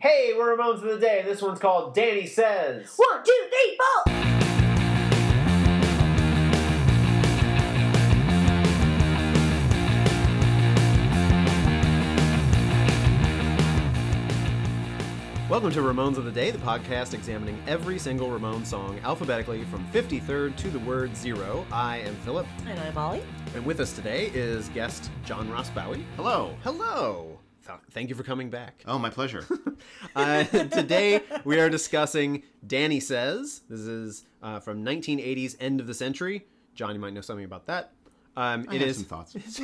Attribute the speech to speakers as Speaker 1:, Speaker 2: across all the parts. Speaker 1: Hey, we're Ramones of the Day, and this one's called Danny Says.
Speaker 2: One, two, three, four.
Speaker 3: Welcome to Ramones of the Day, the podcast examining every single Ramones song alphabetically from 53rd to the word zero. I am Philip,
Speaker 2: And I'm Ollie.
Speaker 3: and with us today is guest John Ross Bowie.
Speaker 4: Hello.
Speaker 3: Hello! Th- Thank you for coming back.
Speaker 4: Oh, my pleasure.
Speaker 3: Uh, today we are discussing Danny Says. This is uh, from 1980s, end of the century. John, you might know something about that. Um, it
Speaker 4: have
Speaker 3: is-
Speaker 4: some thoughts.
Speaker 3: it, is,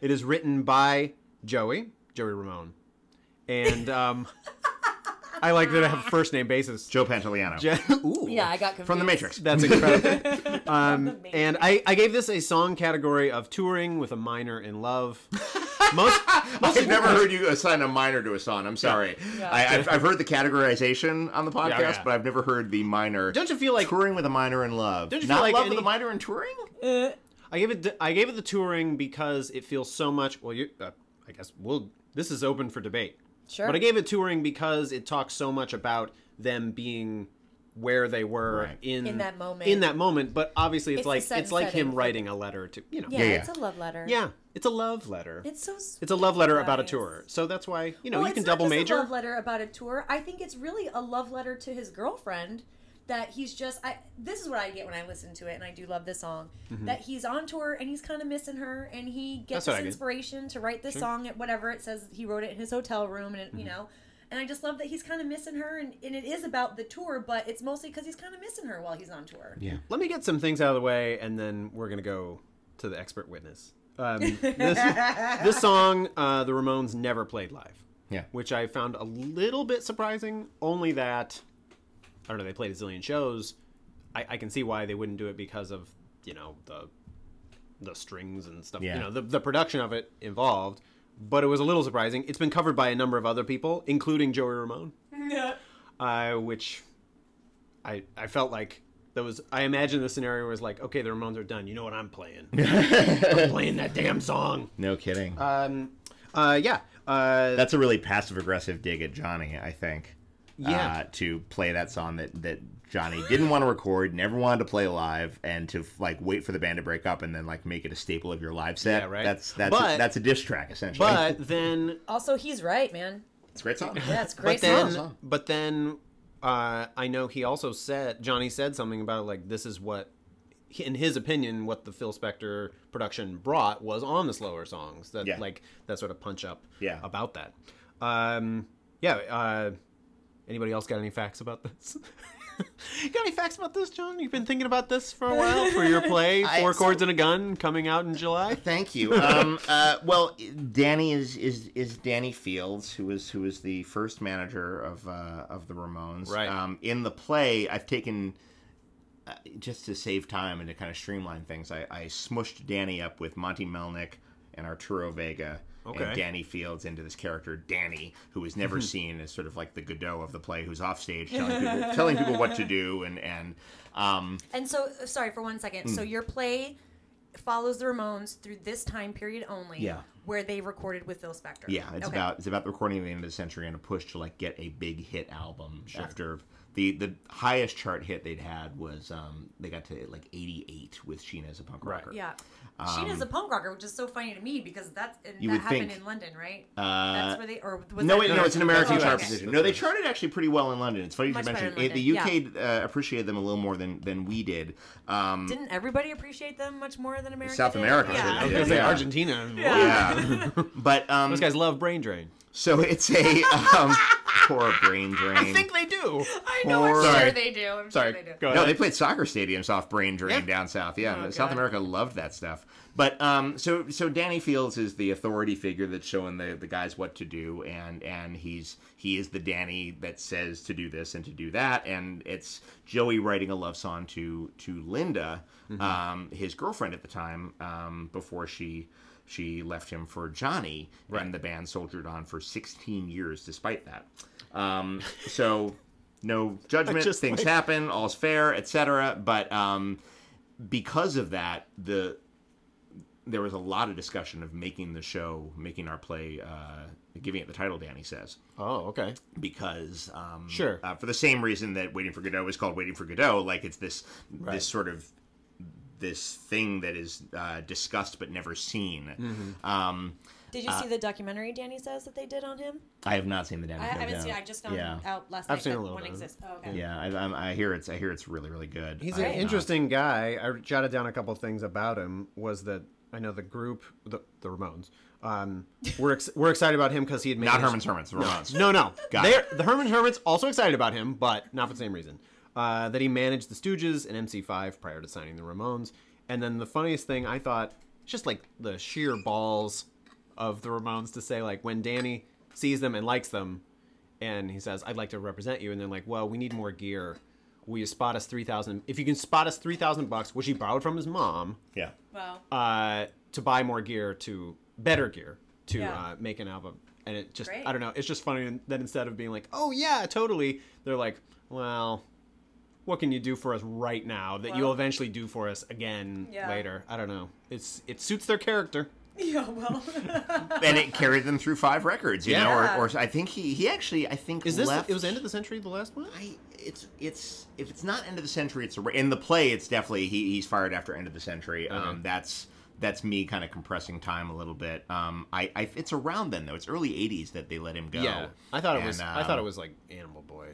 Speaker 3: it is written by Joey, Joey Ramone. And um, I like that I have a first name basis.
Speaker 4: Joe Pantoliano.
Speaker 3: Ooh.
Speaker 2: Yeah, I got confused.
Speaker 4: from The Matrix.
Speaker 3: That's incredible. um, and I, I gave this a song category of touring with a minor in love. Most, most
Speaker 4: I've never heard you assign a minor to a song. I'm sorry. I, I've, I've heard the categorization on the podcast,
Speaker 3: Yeah, yeah.
Speaker 4: but I've never heard the minor.
Speaker 3: Don't you feel like
Speaker 4: touring with a minor in love?
Speaker 3: Don't you feel
Speaker 4: Not
Speaker 3: like
Speaker 4: love
Speaker 3: any-
Speaker 4: with a minor in touring?
Speaker 2: Uh,
Speaker 3: I gave it. I gave it the touring because it feels so much. Well, you. Uh, I guess we'll. This is open for debate.
Speaker 2: Sure.
Speaker 3: But I gave it touring because it talks so much about them being where they were
Speaker 4: Right.
Speaker 3: in
Speaker 2: In that moment.
Speaker 3: In that moment, but obviously it's,
Speaker 2: It's the
Speaker 3: like
Speaker 2: set
Speaker 3: it's like
Speaker 2: setting.
Speaker 3: him writing a letter to you know.
Speaker 2: Yeah,
Speaker 4: Yeah, yeah.
Speaker 2: it's a love letter.
Speaker 3: Yeah, it's a love letter.
Speaker 2: It's so sweet.
Speaker 3: It's a love letter about a
Speaker 2: guys.
Speaker 3: tour. So that's why you know
Speaker 2: Well,
Speaker 3: you can
Speaker 2: it's not
Speaker 3: double
Speaker 2: just
Speaker 3: major.
Speaker 2: A love letter about a tour. I think it's really a love letter to his girlfriend that he's just. I this is what I get when I listen to it, and I do love this song. That he's on tour and he's kind of missing her, and he
Speaker 3: Mm-hmm. That's
Speaker 2: gets
Speaker 3: what
Speaker 2: this
Speaker 3: I get.
Speaker 2: inspiration to write this song at whatever it says. He wrote it in his hotel room, and it,
Speaker 3: Mm-hmm.
Speaker 2: you know. And I just love that he's kind of missing her, and, and it is about the tour, but it's mostly because he's kind of missing her while he's on tour.
Speaker 3: Yeah. Let me get some things out of the way, and then we're gonna go to the expert witness. Um, this, this song, uh, the Ramones never played live.
Speaker 4: Yeah.
Speaker 3: Which I found a little bit surprising. Only that I don't know. They played a zillion shows. I, I can see why they wouldn't do it because of you know the the strings and stuff.
Speaker 4: Yeah.
Speaker 3: You know the the production of it involved. But it was a little surprising. It's been covered by a number of other people, including Joey Ramone uh, which I I felt like that was I imagine the scenario was like, okay, the Ramones are done. You know what I'm playing? I'm playing that damn song.
Speaker 4: No kidding.
Speaker 3: Um, uh, yeah, uh,
Speaker 4: That's a really passive aggressive dig at Johnny, I think.
Speaker 3: Yeah.
Speaker 4: Uh, to play that song that, that Johnny didn't want to record, never wanted to play live, and to like wait for the band to break up and then like make it a staple of your live set.
Speaker 3: Yeah, right.
Speaker 4: That's that's
Speaker 3: But-
Speaker 4: a, that's a diss track essentially.
Speaker 3: but then
Speaker 2: Also, he's right, man.
Speaker 4: it's a great song.
Speaker 2: That's
Speaker 3: but
Speaker 2: great
Speaker 3: then,
Speaker 2: song.
Speaker 3: But then, uh, I know he also said Johnny said something about like this is what, in his opinion, what the Phil Spector production brought was on the slower songs. That
Speaker 4: Yeah.
Speaker 3: like that sort of punch up.
Speaker 4: Yeah.
Speaker 3: About that. Um, yeah. Uh, anybody else got any facts about this? got any facts about this, John? You've been thinking about this for a while for your play,
Speaker 4: I-
Speaker 3: Four
Speaker 4: so-
Speaker 3: Chords and a Gun, coming out in July.
Speaker 4: Thank you. Um, uh, well, Danny is, is is Danny Fields, who was who was the first manager of uh, of the Ramones.
Speaker 3: Right.
Speaker 4: Um, in the play, I've taken uh, just to save time and to kind of streamline things. I, I smushed Danny up with Monty Melnick and Arturo Vega.
Speaker 3: Okay.
Speaker 4: And Danny Fields into this character Danny, who is never seen as sort of like the Godot of the play, who's off stage telling people, telling people what to do, and and um,
Speaker 2: And so, uh, sorry for one second.
Speaker 4: Hmm.
Speaker 2: So your play follows the Ramones through this time period only,
Speaker 4: Yeah.
Speaker 2: where they recorded with Phil Spector.
Speaker 4: Yeah, it's
Speaker 2: Okay.
Speaker 4: about it's about the recording at the end of the century and a push to like get a big hit album after the the highest chart hit they'd had was um they got to like 88 with Sheena as a punk
Speaker 3: Right.
Speaker 4: rocker.
Speaker 2: yeah. Sheena's a punk rocker, which is so funny to me because that's and
Speaker 4: um, You
Speaker 2: that
Speaker 4: would
Speaker 2: happened
Speaker 4: think.
Speaker 2: in London, right?
Speaker 4: Uh,
Speaker 2: that's where they or was
Speaker 4: No,
Speaker 2: that-
Speaker 4: wait, no, it's an American
Speaker 2: okay.
Speaker 4: chart
Speaker 2: Okay.
Speaker 4: position. No, they charted actually pretty well in London. It's funny you
Speaker 2: Much better
Speaker 4: mentioned
Speaker 2: in
Speaker 4: it. The
Speaker 2: London,
Speaker 4: UK uh, appreciated them a little more than than we did. Um,
Speaker 2: Didn't everybody appreciate them much more than America?
Speaker 4: South
Speaker 2: did?
Speaker 4: America
Speaker 3: I was
Speaker 2: Yeah.
Speaker 3: gonna say
Speaker 4: Yeah.
Speaker 3: Argentina.
Speaker 4: yeah, but um,
Speaker 3: Those guys love brain drain.
Speaker 4: so it's a um, poor brain drain.
Speaker 3: I think they do.
Speaker 2: I know, I'm
Speaker 4: Sorry.
Speaker 2: sure they do. I'm
Speaker 3: Sorry,
Speaker 2: sure they do.
Speaker 3: go
Speaker 4: No,
Speaker 3: ahead.
Speaker 4: they played soccer stadiums off brain drain
Speaker 3: Yeah.
Speaker 4: down south. Yeah,
Speaker 2: Oh,
Speaker 4: South
Speaker 2: God.
Speaker 4: America loved that stuff. But um, so so Danny Fields is the authority figure that's showing the, the guys what to do, and and he's he is the Danny that says to do this and to do that, and it's Joey writing a love song to to Linda,
Speaker 3: Mm-hmm.
Speaker 4: um, his girlfriend at the time, um, before she. She left him for Johnny, and the band soldiered on for 16 years despite that. Um, so, no judgment.
Speaker 3: just
Speaker 4: Things
Speaker 3: like-
Speaker 4: happen. All's fair, etc. But um, because of that, the there was a lot of discussion of making the show, making our play, uh, giving it the title. Danny says
Speaker 3: Oh, okay.
Speaker 4: because um,
Speaker 3: Sure.
Speaker 4: uh, for the same reason that Waiting for Godot is called Waiting for Godot, like it's this
Speaker 3: Right.
Speaker 4: this sort of this thing that is uh, discussed but never seen.
Speaker 3: Mm-hmm.
Speaker 4: Um,
Speaker 2: Did you see the documentary Danny says that they did on him?
Speaker 4: I have not seen the Danny.
Speaker 2: I, I haven't
Speaker 4: Phantom.
Speaker 2: seen. it. I just found
Speaker 4: yeah.
Speaker 2: out last
Speaker 3: I've
Speaker 2: night.
Speaker 3: seen a
Speaker 2: that
Speaker 3: little
Speaker 2: one
Speaker 3: bit of it.
Speaker 2: exists. Oh, okay.
Speaker 4: Yeah, I, I'm- I hear it's. I hear it's really, really good.
Speaker 3: He's
Speaker 4: I
Speaker 3: an
Speaker 4: have not-
Speaker 3: interesting guy. I jotted down a couple things about him. Was that I know the group, the, the Ramones, um, were ex- were excited about him because he had made
Speaker 4: Not
Speaker 3: his-
Speaker 4: Herman's Hermits. Ramones.
Speaker 3: No, no,
Speaker 4: Got
Speaker 3: They're, the Herman Hermits also excited about him, but not for the same reason. Uh, that he managed the Stooges and MC5 prior to signing the Ramones. And then the funniest thing I thought, it's just like the sheer balls of the Ramones to say like when Danny sees them and likes them, and he says, "I'd like to represent you," and they're like, "Well, we need more gear. Will you spot us three thousand? If you can spot us three thousand bucks, which he borrowed from his mom,
Speaker 4: Yeah.
Speaker 2: Wow.
Speaker 3: uh, to buy more gear to better gear to
Speaker 2: Yeah.
Speaker 3: uh, make an album and it just
Speaker 2: Great.
Speaker 3: i don't know it's just funny that instead of being like oh yeah totally they're like well what can you do for us right now that you'll
Speaker 2: Well-
Speaker 3: eventually do for us again
Speaker 2: Yeah.
Speaker 3: later i don't know it's it suits their character
Speaker 2: yeah. Well.
Speaker 4: and it carried them through five records, you
Speaker 3: Yeah.
Speaker 4: know, or, or I think he he actually I think
Speaker 3: is this
Speaker 4: left,
Speaker 3: it was end of the century the last one
Speaker 4: I, it's it's if it's not end of the century, it's a, in the play. It's definitely he, he's fired after end of the century. Um, that's that's me kind of compressing time a little bit. Um, I, I it's around then though. It's early '80s that they let him go.
Speaker 3: yeah i thought it
Speaker 4: And,
Speaker 3: was i thought
Speaker 4: um,
Speaker 3: it was like animal boy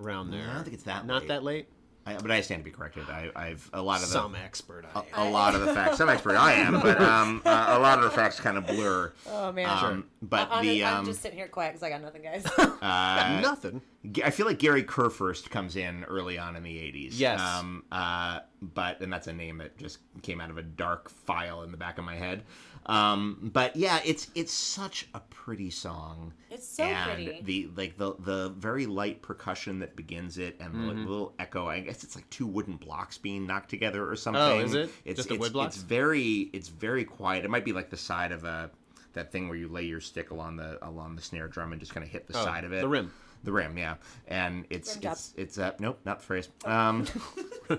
Speaker 3: around there
Speaker 4: I don't think it's that
Speaker 3: not
Speaker 4: late.
Speaker 3: that late
Speaker 4: I, but I stand to be corrected. I, I've a lot of
Speaker 3: some
Speaker 4: the, uh,
Speaker 3: expert I am.
Speaker 4: a lot of the facts. Some expert I am, but um, uh, a lot of the facts kind of blur.
Speaker 2: oh man.
Speaker 4: Um, but
Speaker 2: I'm,
Speaker 4: the
Speaker 2: I'm
Speaker 4: um,
Speaker 2: just sitting here quiet because I got nothing, guys.
Speaker 4: uh,
Speaker 3: nothing
Speaker 4: G- I feel like Gary Kerfurst comes in early on in the 80s.
Speaker 3: Yes.
Speaker 4: Um, uh, but, and that's a name that just came out of a dark file in the back of my head. Um, but yeah, it's, it's such a pretty song.
Speaker 2: It's so
Speaker 4: and
Speaker 2: pretty.
Speaker 4: the, like the, the very light percussion that begins it and
Speaker 3: Mm-hmm.
Speaker 4: the little echo, I guess it's like two wooden blocks being knocked together or something.
Speaker 3: Oh, is it?
Speaker 4: It's,
Speaker 3: Just the
Speaker 4: it's,
Speaker 3: wood blocks?
Speaker 4: It's very, it's very quiet. It might be like the side of a, that thing where you lay your stick along the, along the snare drum and just kind of hit the
Speaker 3: Oh,
Speaker 4: side of it.
Speaker 3: the rim.
Speaker 4: The rim, yeah, and it's
Speaker 2: Rim job.
Speaker 4: it's it's uh, nope, not the phrase. Um,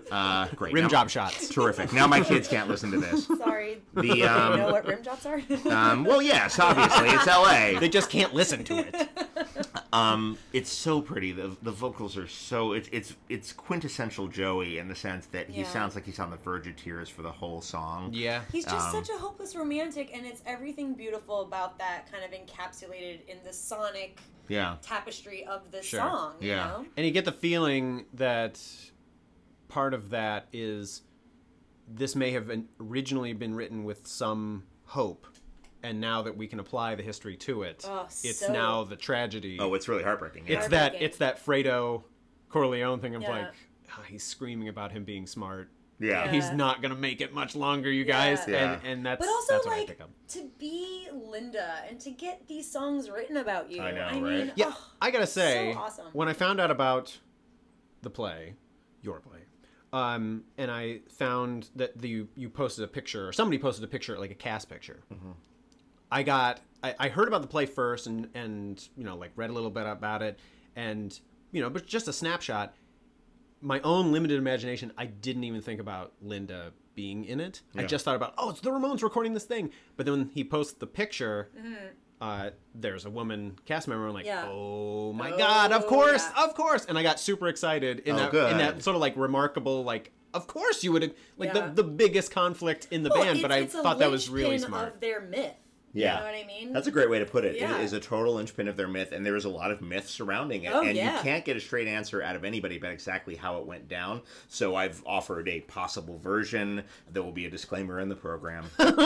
Speaker 4: uh, great
Speaker 3: rim
Speaker 4: Now-
Speaker 3: job shots
Speaker 4: terrific. Now my kids can't listen to this.
Speaker 2: Sorry.
Speaker 4: The
Speaker 2: you know
Speaker 4: um,
Speaker 2: what rim jobs are?
Speaker 4: um, well, yes, obviously it's L.A.
Speaker 3: they just can't listen to it
Speaker 4: Um, it's so pretty. The the vocals are so it's it's it's quintessential Joey in the sense that he
Speaker 2: Yeah.
Speaker 4: sounds like he's on the verge of tears for the whole song.
Speaker 3: yeah
Speaker 2: He's just
Speaker 4: Um,
Speaker 2: such a hopeless romantic, and it's everything beautiful about that kind of encapsulated in the sonic
Speaker 4: yeah.
Speaker 2: tapestry of this
Speaker 3: Sure.
Speaker 2: song. You
Speaker 4: Yeah.
Speaker 2: Know?
Speaker 3: And you get the feeling that part of that is this may have been originally been written with some hope, and now that we can apply the history to it,
Speaker 2: Oh,
Speaker 3: it's
Speaker 2: so-
Speaker 3: now the tragedy.
Speaker 4: Oh, it's really heartbreaking. Yeah.
Speaker 3: it's that
Speaker 2: heartbreaking.
Speaker 3: it's that Fredo Corleone thing of
Speaker 2: Yeah.
Speaker 3: like "Ah, he's screaming about him being smart.
Speaker 4: yeah.
Speaker 3: He's not gonna make it much longer, you guys.
Speaker 4: Yeah.
Speaker 3: And and that's
Speaker 2: But also,
Speaker 3: that's what I
Speaker 2: like,
Speaker 3: pick up.
Speaker 2: to be Linda and to get these songs written about you.
Speaker 4: I know,
Speaker 2: mean,
Speaker 4: right?
Speaker 3: Yeah,
Speaker 2: oh,
Speaker 3: I gotta say,
Speaker 2: so awesome.
Speaker 3: when I found out about the play, your play, um, and I found that the you, you posted a picture, or somebody posted a picture, like a cast picture. I got, I, I heard about the play first, and and you know, like read a little bit about it, and you know, but just a snapshot. My own limited imagination, I didn't even think about Linda being in it. I
Speaker 4: Yeah.
Speaker 3: just thought about, oh, it's the Ramones recording this thing. But then when he posts the picture, uh, there's a woman cast member. and I'm like,
Speaker 2: Mm-hmm. Yeah.
Speaker 3: oh my
Speaker 2: Oh,
Speaker 3: god, of course,
Speaker 2: yeah.
Speaker 3: of course, and I got super excited in
Speaker 4: Oh,
Speaker 3: that in
Speaker 4: good.
Speaker 3: that sort of like remarkable like. Of course, you would like
Speaker 2: Yeah.
Speaker 3: the, the biggest conflict in the
Speaker 2: Well,
Speaker 3: band, but
Speaker 2: oh, it's-
Speaker 3: I
Speaker 2: it's a
Speaker 3: thought that was really
Speaker 2: linchpin
Speaker 3: smart.
Speaker 2: Of their myth.
Speaker 4: Yeah.
Speaker 2: You know what I mean?
Speaker 4: That's a great way to put it.
Speaker 2: Yeah.
Speaker 4: It is a total linchpin of their myth, and there is a lot of myth surrounding it.
Speaker 2: Oh,
Speaker 4: and
Speaker 2: yeah.
Speaker 4: you can't get a straight answer out of anybody about exactly how it went down. So I've offered a possible version. There will be a disclaimer in the program. um,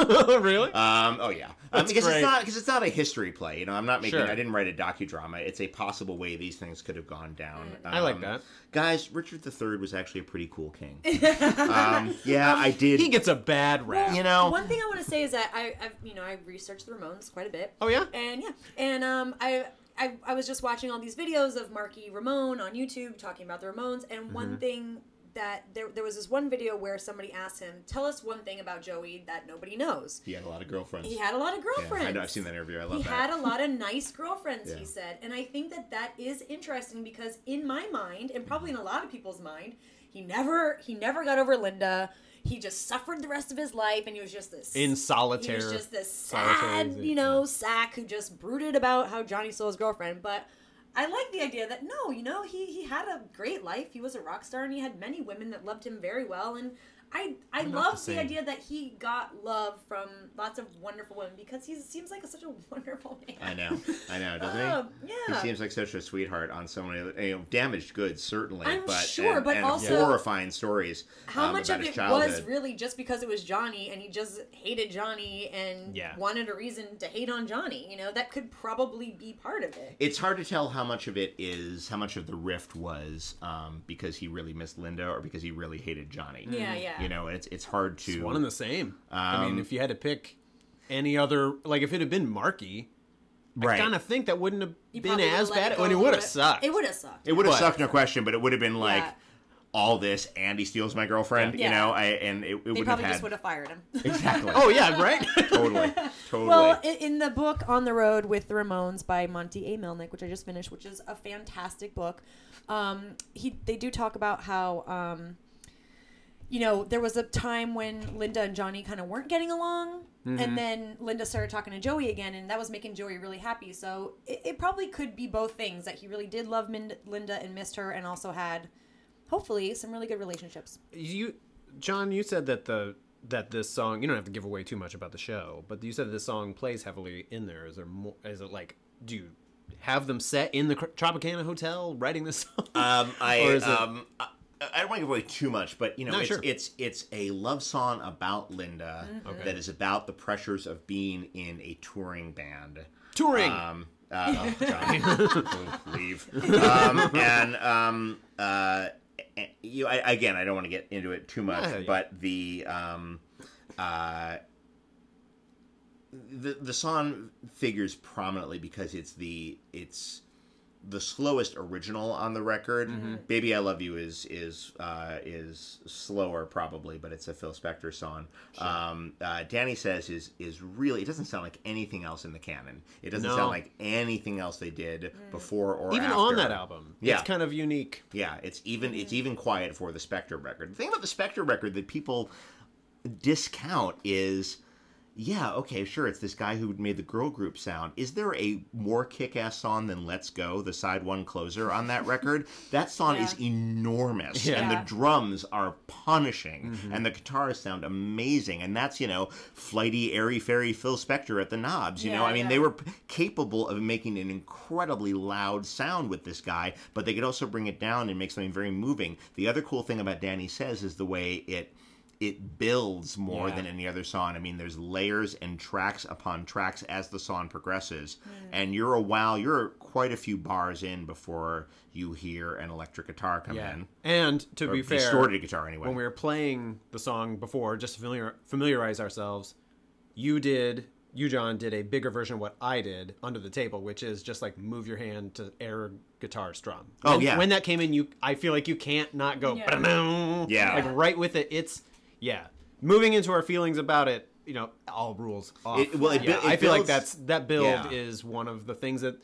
Speaker 3: really?
Speaker 4: oh yeah, um,
Speaker 3: That's
Speaker 4: because
Speaker 3: great.
Speaker 4: it's not because it's not a history play. You know, I'm not making.
Speaker 3: Sure.
Speaker 4: I didn't write a docudrama. It's a possible way these things could have gone down.
Speaker 2: Mm.
Speaker 3: I like
Speaker 4: Um,
Speaker 3: that.
Speaker 4: Guys, Richard III was actually a pretty cool king. um, yeah, I did.
Speaker 3: He gets a bad rap.
Speaker 4: you know,
Speaker 2: One thing I want to say is that I, I've you know I researched the Ramones quite a bit.
Speaker 3: Oh yeah,
Speaker 2: And yeah, and um, I, I
Speaker 4: Mm-hmm.
Speaker 2: I was just watching all these videos of Marky Ramone on YouTube talking about the Ramones, and one thing that there, there was this one video where somebody asked him, "Tell us one thing about Joey that nobody knows."
Speaker 4: He had a lot of girlfriends.
Speaker 2: He had a lot of girlfriends.
Speaker 4: Yeah, I know, I've seen that interview. I love
Speaker 2: he had
Speaker 4: that.
Speaker 2: a lot of nice girlfriends,
Speaker 4: Yeah.
Speaker 2: he said. And I think that that is interesting because in my mind, and probably in a lot of people's mind, he never he never got over Linda. He just suffered the rest of his life, and he was just this
Speaker 3: in solitaire.
Speaker 2: he was just this
Speaker 3: Solitary,
Speaker 2: sad,
Speaker 3: is it?
Speaker 2: you know, sack who just brooded about how Johnny stole his girlfriend. But I like the idea that no, you know, he he had a great life. He was a rock star, and he had many women that loved him very well. And I I
Speaker 3: Not
Speaker 2: love
Speaker 3: the
Speaker 2: the,
Speaker 3: same.
Speaker 2: idea that he got love from lots of wonderful women because he seems like such a wonderful man.
Speaker 4: I know. I know, doesn't he?
Speaker 2: Um,
Speaker 4: He
Speaker 2: yeah.
Speaker 4: seems like such a sweetheart on so many you know, damaged goods, certainly.
Speaker 2: I'm
Speaker 4: but,
Speaker 2: sure,
Speaker 4: and,
Speaker 2: but
Speaker 4: and
Speaker 2: also-
Speaker 4: horrifying stories.
Speaker 2: How
Speaker 4: um,
Speaker 2: much
Speaker 4: about
Speaker 2: of
Speaker 4: his
Speaker 2: it
Speaker 4: childhood.
Speaker 2: was really just because it was Johnny and he just hated Johnny and
Speaker 3: Yeah.
Speaker 2: wanted a reason to hate on Johnny? You know, that could probably be part of it.
Speaker 4: It's hard to tell how much of it is how much of the rift was um, because he really missed Linda or because he really hated Johnny.
Speaker 2: Yeah, yeah.
Speaker 4: You know, it's it's hard to.
Speaker 3: It's one and the same. I mean,
Speaker 4: Um,
Speaker 3: if you had to pick any other, like if it had been Marky,
Speaker 4: right.
Speaker 3: I kind of think that wouldn't have
Speaker 2: You
Speaker 3: been
Speaker 2: probably
Speaker 3: as
Speaker 2: would've let
Speaker 3: bad.
Speaker 2: go
Speaker 3: and it
Speaker 2: a
Speaker 3: would
Speaker 2: little
Speaker 3: have
Speaker 2: bit.
Speaker 3: sucked.
Speaker 2: It would have sucked.
Speaker 4: It would have
Speaker 3: But-
Speaker 4: sucked, no question, but it would have been like
Speaker 2: Yeah.
Speaker 4: all this, and he steals my girlfriend,
Speaker 2: Yeah.
Speaker 4: you know, I, and it, it
Speaker 2: They
Speaker 4: wouldn't have
Speaker 2: probably
Speaker 4: had
Speaker 2: just would have fired him.
Speaker 4: exactly.
Speaker 3: oh yeah, right.
Speaker 4: totally, totally.
Speaker 2: Well, i- in the book On the Road with the Ramones by Monty A. Melnick, which I just finished, which is a fantastic book, um, he they do talk about how um, you know there was a time when Linda and Johnny kind of weren't getting along, and then Linda started talking to Joey again, and that was making Joey really happy. So it, it probably could be both things that he really did love Min- Linda and missed her, and also had hopefully some really good relationships.
Speaker 3: you, John, you said that the that this song. You don't have to give away too much about the show, but you said this song plays heavily in there. Is there more? Is it like do you have them set in the Cro- Tropicana Hotel writing this song?
Speaker 4: Um, I,
Speaker 3: Or is it-
Speaker 4: um, I, I don't want to give away too much, but you know,
Speaker 3: No,
Speaker 4: it's,
Speaker 3: sure.
Speaker 4: it's it's a love song about Linda
Speaker 3: Okay.
Speaker 4: that is about the pressures of being in a touring band.
Speaker 3: Touring.
Speaker 4: Um, uh, oh, John, leave. Um, and um, uh, a- you, I, again, I don't want to get into it too much,
Speaker 3: Yeah, yeah.
Speaker 4: but the um, uh, the the song figures prominently because it's the it's the slowest original on the record.
Speaker 3: Mm-hmm.
Speaker 4: Baby I Love You is is uh, is slower probably, but it's a Phil Spector song. Um, uh, Danny says is is really it doesn't sound like anything else in the canon. It doesn't
Speaker 3: No. Mm.
Speaker 4: sound like anything else they did before or
Speaker 3: Even
Speaker 4: after.
Speaker 3: on that album,
Speaker 4: Yeah.
Speaker 3: it's kind of unique.
Speaker 4: Yeah, it's even
Speaker 2: Mm-hmm.
Speaker 4: it's even quiet for the Spectre record. The thing about the Spectre record that people discount is yeah, okay, sure, it's this guy who made the girl group sound. Is there a more kick ass song than Let's Go, the side one closer on that record? That song is
Speaker 2: Yeah.
Speaker 4: enormous. And
Speaker 2: Yeah.
Speaker 4: the drums are punishing. And the guitars sound amazing. And that's, you know, flighty, airy, fairy Phil Spector at the knobs. You know,
Speaker 2: Yeah,
Speaker 4: I mean,
Speaker 2: yeah.
Speaker 4: they were p- capable of making an incredibly loud sound with this guy, but they could also bring it down and make something very moving. The other cool thing about Danny Says is the way it it builds more
Speaker 3: Yeah.
Speaker 4: than any other song. I mean, there's layers and tracks upon tracks as the song progresses,
Speaker 3: Hmm.
Speaker 4: and you're a while, you're quite a few bars in before you hear an electric guitar come
Speaker 3: Yeah.
Speaker 4: in.
Speaker 3: And to
Speaker 4: Or
Speaker 3: be fair,
Speaker 4: distorted guitar anyway.
Speaker 3: when we were playing the song before, just to familiar, familiarize ourselves, you did, you John did a bigger version of what I did under the table, which is just like move your hand to air guitar strum.
Speaker 4: Oh,
Speaker 3: When-
Speaker 4: yeah.
Speaker 3: When that came in, you, I feel like you can't not go.
Speaker 2: Yeah.
Speaker 3: "Ba-da-boom,"
Speaker 4: Yeah.
Speaker 3: Like right with it, it's yeah. Moving into our feelings about it, you know, all rules off.
Speaker 4: It- well, it
Speaker 3: yeah,
Speaker 4: bu- it
Speaker 3: I feel like
Speaker 4: builds-
Speaker 3: that's that build
Speaker 4: Yeah.
Speaker 3: is one of the things that.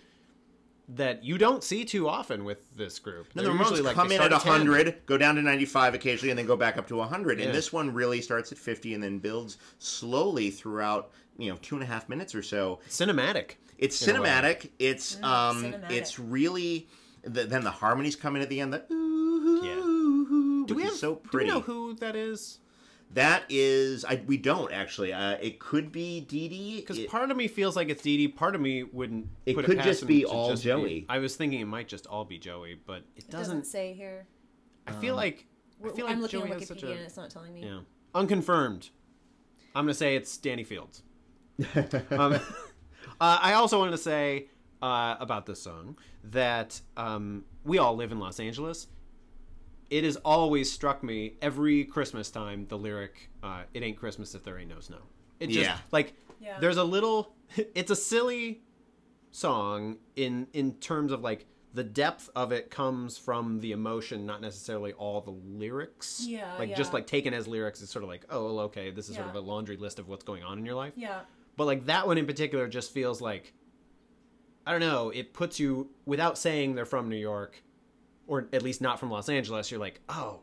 Speaker 3: That you don't see too often with this group.
Speaker 4: No, the
Speaker 3: They're
Speaker 4: Ramones
Speaker 3: usually like
Speaker 4: come
Speaker 3: they
Speaker 4: in
Speaker 3: start
Speaker 4: at
Speaker 5: 10.
Speaker 4: 100, go down to 95 occasionally, and then go back up to 100.
Speaker 3: Yeah.
Speaker 4: And this one really starts at 50 and then builds slowly throughout, you know, two and a half minutes or so.
Speaker 3: cinematic.
Speaker 4: It's
Speaker 3: In a way.
Speaker 4: cinematic. It's um,
Speaker 2: cinematic.
Speaker 4: it's really. The, then the harmonies come in at the end. The ooh,
Speaker 3: Yeah.
Speaker 4: which is so
Speaker 3: Do we
Speaker 4: pretty.
Speaker 3: know who that is?
Speaker 4: That is, I, we don't actually. Uh, it could be Dee Dee.
Speaker 3: Because
Speaker 4: It-
Speaker 3: part of me feels like it's Dee Dee. Part of me wouldn't.
Speaker 4: It
Speaker 3: put
Speaker 4: could
Speaker 3: past
Speaker 4: just
Speaker 3: him
Speaker 4: be
Speaker 3: to
Speaker 4: all
Speaker 3: just
Speaker 4: Joey.
Speaker 3: I was thinking it might just all be Joey, but it doesn't.
Speaker 2: say here.
Speaker 3: I feel like I feel like
Speaker 2: I'm looking
Speaker 3: Joey
Speaker 2: at
Speaker 3: has such
Speaker 2: Wikipedia
Speaker 3: a
Speaker 2: and it's not telling me.
Speaker 3: yeah unconfirmed. I'm gonna say it's Danny Fields. um, uh, I also wanted to say uh, about this song that um, we all live in Los Angeles. It has always struck me every Christmas time the lyric uh, "It ain't Christmas if there ain't no snow." It just
Speaker 4: Yeah.
Speaker 3: like
Speaker 2: Yeah.
Speaker 3: there's a little. It's a silly song in in terms of like the depth of it comes from the emotion, not necessarily all the lyrics.
Speaker 2: Yeah,
Speaker 3: Like just
Speaker 2: yeah.
Speaker 3: like taken as lyrics, it's sort of like, oh, well, okay, this is sort of
Speaker 2: Yeah.
Speaker 3: a laundry list of what's going on in your life.
Speaker 2: Yeah.
Speaker 3: But like that one in particular just feels like I don't know, it puts you without saying they're from New York or at least not from Los Angeles, you're like, "Oh,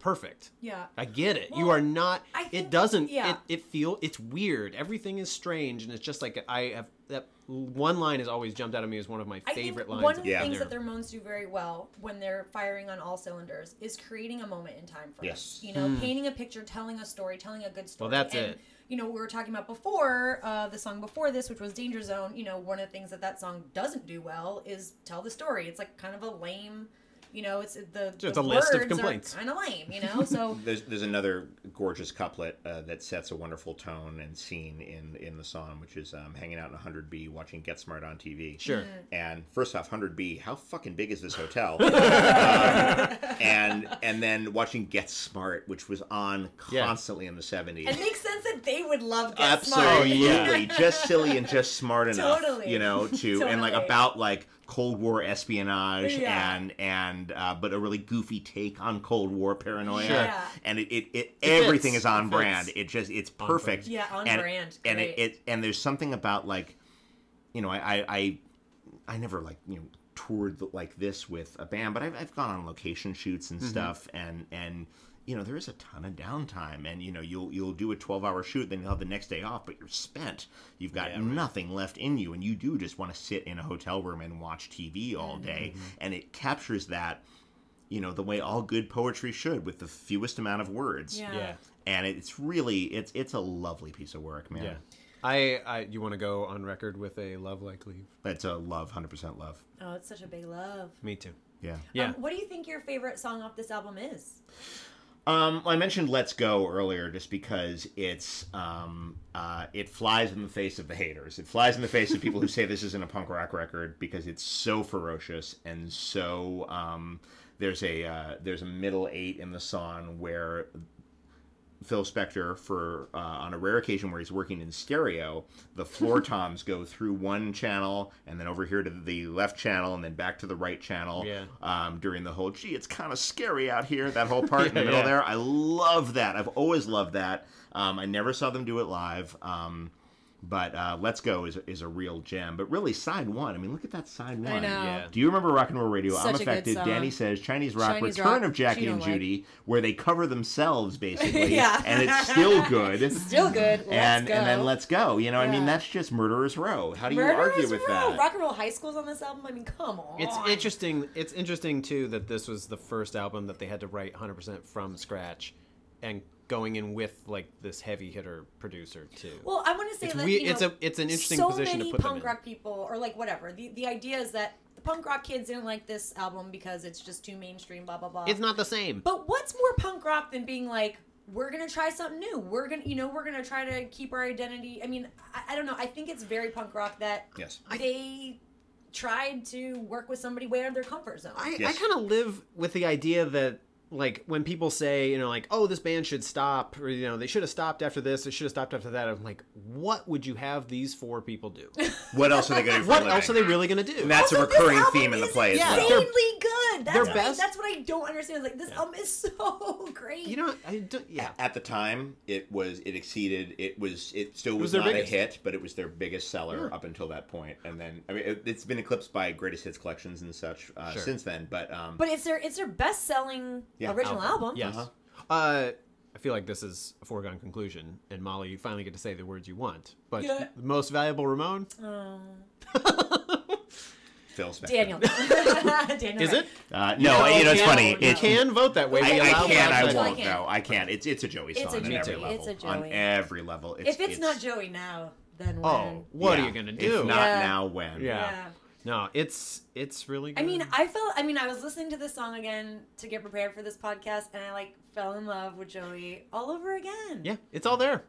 Speaker 3: perfect.
Speaker 2: Yeah.
Speaker 3: I get it. you
Speaker 2: Well,
Speaker 3: are not
Speaker 2: I
Speaker 3: it
Speaker 2: think-
Speaker 3: doesn't
Speaker 2: yeah.
Speaker 3: it, it feel it's weird. Everything is strange and it's just like I have that one line has always jumped out at me as one of my
Speaker 2: I
Speaker 3: favorite
Speaker 2: think
Speaker 3: lines.
Speaker 2: one of the
Speaker 4: Yeah.
Speaker 2: things
Speaker 3: there.
Speaker 2: that their moans do very well when they're firing on all cylinders is creating a moment in time for
Speaker 4: Yes.
Speaker 2: us. You know, painting a picture, telling a story, telling a good story.
Speaker 3: Hmm. that's
Speaker 2: and,
Speaker 3: it.
Speaker 2: You know, we were talking about before uh, the song before this, which was Danger Zone. You know, one of the things that that song doesn't do well is tell the story. It's like kind of a lame. You know, it's the
Speaker 3: Just a
Speaker 2: the
Speaker 3: list of
Speaker 2: words are
Speaker 3: complaints.
Speaker 2: Kind of lame. You know, so
Speaker 4: There's, there's another gorgeous couplet uh, that sets a wonderful tone and scene in, in the song, which is um, hanging out in 100B watching Get Smart on TV.
Speaker 3: Sure.
Speaker 4: And first off, 100B, how fucking big is this hotel? Um, and and then watching Get Smart, which was on
Speaker 3: Yeah.
Speaker 4: constantly in the 70s.
Speaker 2: it makes sense that they would love Get Smart.
Speaker 4: Absolutely,
Speaker 3: yeah.
Speaker 4: just silly and just smart enough,
Speaker 2: Totally.
Speaker 4: you know, to and like
Speaker 2: Totally.
Speaker 4: about like Cold War espionage
Speaker 2: Yeah.
Speaker 4: and and uh, but a really goofy take on Cold War paranoia,
Speaker 3: Sure.
Speaker 2: Yeah.
Speaker 4: and it it,
Speaker 3: fits.
Speaker 4: it everything is on
Speaker 3: It fits.
Speaker 4: brand. It just it's perfect.
Speaker 2: Yeah, on
Speaker 4: and,
Speaker 2: brand.
Speaker 4: And it,
Speaker 2: Great.
Speaker 4: it and there's something about like, you know, I I I, I never like you know toured like this with a band, but I've, I've gone on location shoots
Speaker 3: Mm-hmm.
Speaker 4: and stuff, and and you know there is a ton of downtime, and you know you'll you'll do a 12 hour shoot, then you'll have the next day off, but you're spent. You've got
Speaker 3: Yeah, right.
Speaker 4: nothing left in you, and you do just want to sit in a hotel room and watch TV all day, and it captures that. You know the way all good poetry should, with the fewest amount of words
Speaker 2: Yeah.
Speaker 3: yeah.
Speaker 4: and it's really it's it's a lovely piece of work, man.
Speaker 3: Yeah. I, I you want to go on record with a love like leave?
Speaker 4: That's a love, hundred percent love.
Speaker 2: Oh, it's such a big love.
Speaker 3: Me too.
Speaker 4: Yeah.
Speaker 3: Yeah.
Speaker 2: Um, what do you think your favorite song off this album is?
Speaker 4: Um, I mentioned "Let's Go" earlier, just because it's um, uh, it flies in the face of the haters. It flies in the face of people who say this isn't a punk rock record because it's so ferocious and so um, there's a uh, there's a middle eight in the song where Phil Spector for uh, on a rare occasion where he's working in stereo, the floor toms go through one channel and then over here to the left channel and then back to the right channel.
Speaker 3: Yeah.
Speaker 4: Um, during the whole, gee, it's kind of scary out here. That whole part in the
Speaker 3: Yeah,
Speaker 4: middle
Speaker 3: yeah.
Speaker 4: there, I love that. I've always loved that. Um, I never saw them do it live. Um, but uh, Let's Go is, is a real gem. But really, side one. I mean, look at that side one.
Speaker 2: know.
Speaker 3: Yeah.
Speaker 4: Do you remember Rock and Roll Radio?
Speaker 2: Such
Speaker 4: I'm
Speaker 2: a good
Speaker 4: affected.
Speaker 2: song.
Speaker 4: Danny says Chinese Rock,
Speaker 2: Chinese
Speaker 4: Return
Speaker 2: Rock,
Speaker 4: of Jackie
Speaker 2: she
Speaker 4: and
Speaker 2: don't like.
Speaker 4: Judy, where they cover themselves basically,
Speaker 2: Yeah.
Speaker 4: and it's still good.
Speaker 2: Still good. Let's
Speaker 4: and
Speaker 2: go.
Speaker 4: and then let's go. You know, I mean,
Speaker 2: Yeah.
Speaker 4: that's just murderer's row. How do you
Speaker 2: Murder
Speaker 4: argue
Speaker 2: is
Speaker 4: with
Speaker 2: Row.
Speaker 4: that?
Speaker 2: Rock and Roll High School's on this album. I mean, come on.
Speaker 3: It's interesting. It's interesting too that this was the first album that they had to write 100% from scratch, and going in with like this heavy hitter producer too.
Speaker 2: Well, I want to say
Speaker 3: It's
Speaker 2: that
Speaker 3: weird-
Speaker 2: you know,
Speaker 3: it's a- it's an interesting
Speaker 2: so
Speaker 3: position to
Speaker 2: many
Speaker 3: put them
Speaker 2: punk
Speaker 3: in.
Speaker 2: rock people, or like whatever. The the idea is that the punk rock kids didn't like this album because it's just too mainstream. Blah blah blah.
Speaker 3: it's not the same.
Speaker 2: But what's more punk rock than being like, we're gonna try something new. We're gonna, you know, we're gonna try to keep our identity. I mean, I, I don't know. I think it's very punk rock that
Speaker 4: Yes.
Speaker 2: they tried to work with somebody way out of their comfort zone.
Speaker 3: I,
Speaker 4: Yes.
Speaker 3: I kind of live with the idea that like when people say you know like oh this band should stop or you know they should have stopped after this they should have stopped after that I'm like what would you have these four people do
Speaker 4: What else are they going to do? for a
Speaker 3: what
Speaker 4: living?
Speaker 3: else are they really gonna do
Speaker 4: And that's a
Speaker 2: Also, this
Speaker 4: recurring
Speaker 2: album
Speaker 4: theme in the
Speaker 2: is
Speaker 4: play as
Speaker 3: Yeah.
Speaker 4: well.
Speaker 2: insanely good. That's
Speaker 3: Their
Speaker 2: what I,
Speaker 3: best-
Speaker 2: that's what I don't understand. Like this album is so great.
Speaker 3: you know I don't, yeah
Speaker 4: At the time, it was it exceeded. It was it still was,
Speaker 3: was their
Speaker 4: not
Speaker 3: biggest.
Speaker 4: a hit, but it was their biggest seller up until that point. And then I mean, it, it's been eclipsed by greatest hits collections and such uh,
Speaker 3: Sure.
Speaker 4: since then. But um,
Speaker 2: but it's their it's their best selling
Speaker 4: Yeah,
Speaker 2: original album.
Speaker 3: Yes.
Speaker 4: Uh-huh.
Speaker 3: Uh, I feel like this is a foregone conclusion, and Molly, you finally get to say the words you want. But
Speaker 2: Yeah.
Speaker 3: the most valuable Ramon
Speaker 2: Oh.
Speaker 4: Phil Spector.
Speaker 2: Daniel. Daniel.
Speaker 3: is
Speaker 2: Wright.
Speaker 3: it?
Speaker 4: Uh, no, you know it's
Speaker 3: can-
Speaker 4: funny.
Speaker 3: You
Speaker 4: It's-
Speaker 3: can vote that way.
Speaker 4: I,
Speaker 3: We
Speaker 4: I
Speaker 3: allow
Speaker 4: can't. I
Speaker 3: outside-
Speaker 2: Well, I
Speaker 4: won't.
Speaker 2: can't.
Speaker 4: No, I can't. It's it's a Joey
Speaker 2: It's a
Speaker 4: song on
Speaker 2: Joey.
Speaker 4: every
Speaker 2: It's
Speaker 4: level.
Speaker 2: a
Speaker 4: On
Speaker 2: Joey.
Speaker 4: every level. It's,
Speaker 2: If it's, not Joey now, then when?
Speaker 3: Oh, what
Speaker 4: yeah.
Speaker 3: are you gonna
Speaker 4: If
Speaker 3: do?
Speaker 4: not
Speaker 2: Yeah.
Speaker 4: now, when?
Speaker 3: Yeah.
Speaker 2: yeah.
Speaker 3: No, it's it's really. Good.
Speaker 2: I mean, I felt. I mean, I was listening to this song again to get prepared for this podcast, and I like fell in love with Joey all over again.
Speaker 3: yeah, it's all there.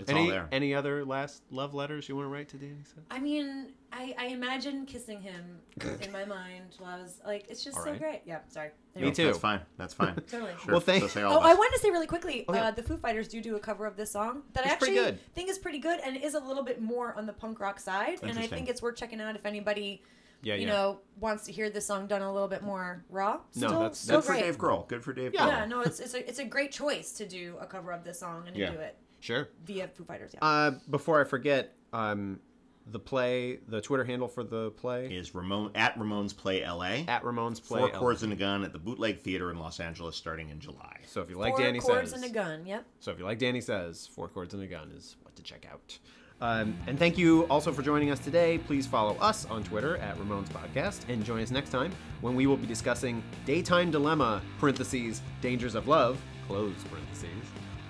Speaker 4: It's
Speaker 3: any
Speaker 4: all there.
Speaker 3: any other last love letters you want to write to Danny? Seth?
Speaker 2: I mean, I, I imagine kissing him in my mind while I was like, it's just
Speaker 3: All
Speaker 2: so
Speaker 3: right.
Speaker 2: great. Yeah, sorry. There
Speaker 3: Me
Speaker 2: you
Speaker 4: No,
Speaker 2: go.
Speaker 3: too.
Speaker 4: That's fine. That's fine.
Speaker 2: Totally.
Speaker 4: Sure.
Speaker 3: Well, thank-
Speaker 4: So say all
Speaker 2: Oh,
Speaker 4: of
Speaker 2: I
Speaker 4: us.
Speaker 2: wanted to say really quickly,
Speaker 3: Oh, yeah.
Speaker 2: uh, the Foo Fighters do do a cover of this song that I
Speaker 3: It's
Speaker 2: actually
Speaker 3: pretty good.
Speaker 2: think is pretty good and is a little bit more on the punk rock side, and I
Speaker 4: Interesting.
Speaker 2: think it's worth checking out if anybody
Speaker 3: Yeah,
Speaker 2: you
Speaker 3: yeah.
Speaker 2: know, wants to hear this song done a little bit more raw.
Speaker 3: No,
Speaker 2: Still,
Speaker 3: that's-
Speaker 2: still
Speaker 4: Good for
Speaker 2: great.
Speaker 4: Dave Grohl. Good for Dave
Speaker 3: Yeah.
Speaker 4: Grohl.
Speaker 2: Yeah, no, it's it's a, it's a great choice to do a cover of this song and to
Speaker 4: Yeah.
Speaker 2: do it
Speaker 3: Sure.
Speaker 2: via Foo Fighters. Yeah.
Speaker 3: Uh, before I forget, um, the play, the Twitter handle for the play
Speaker 4: Is Ramon at Ramon's Play LA?
Speaker 3: at Ramon's play.
Speaker 4: Four
Speaker 3: LA.
Speaker 4: Chords and a Gun at the Bootleg Theater in Los Angeles starting in July.
Speaker 3: So if you like
Speaker 2: Four
Speaker 3: Danny
Speaker 2: chords
Speaker 3: says,
Speaker 2: and a gun. Yep.
Speaker 3: so if you like Danny says, four chords and a gun is what to check out. Um, and thank you also for joining us today. Please follow us on Twitter at Ramones Podcast and join us next time when we will be discussing daytime dilemma (parentheses dangers of love) close parentheses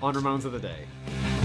Speaker 3: on Ramones of the Day.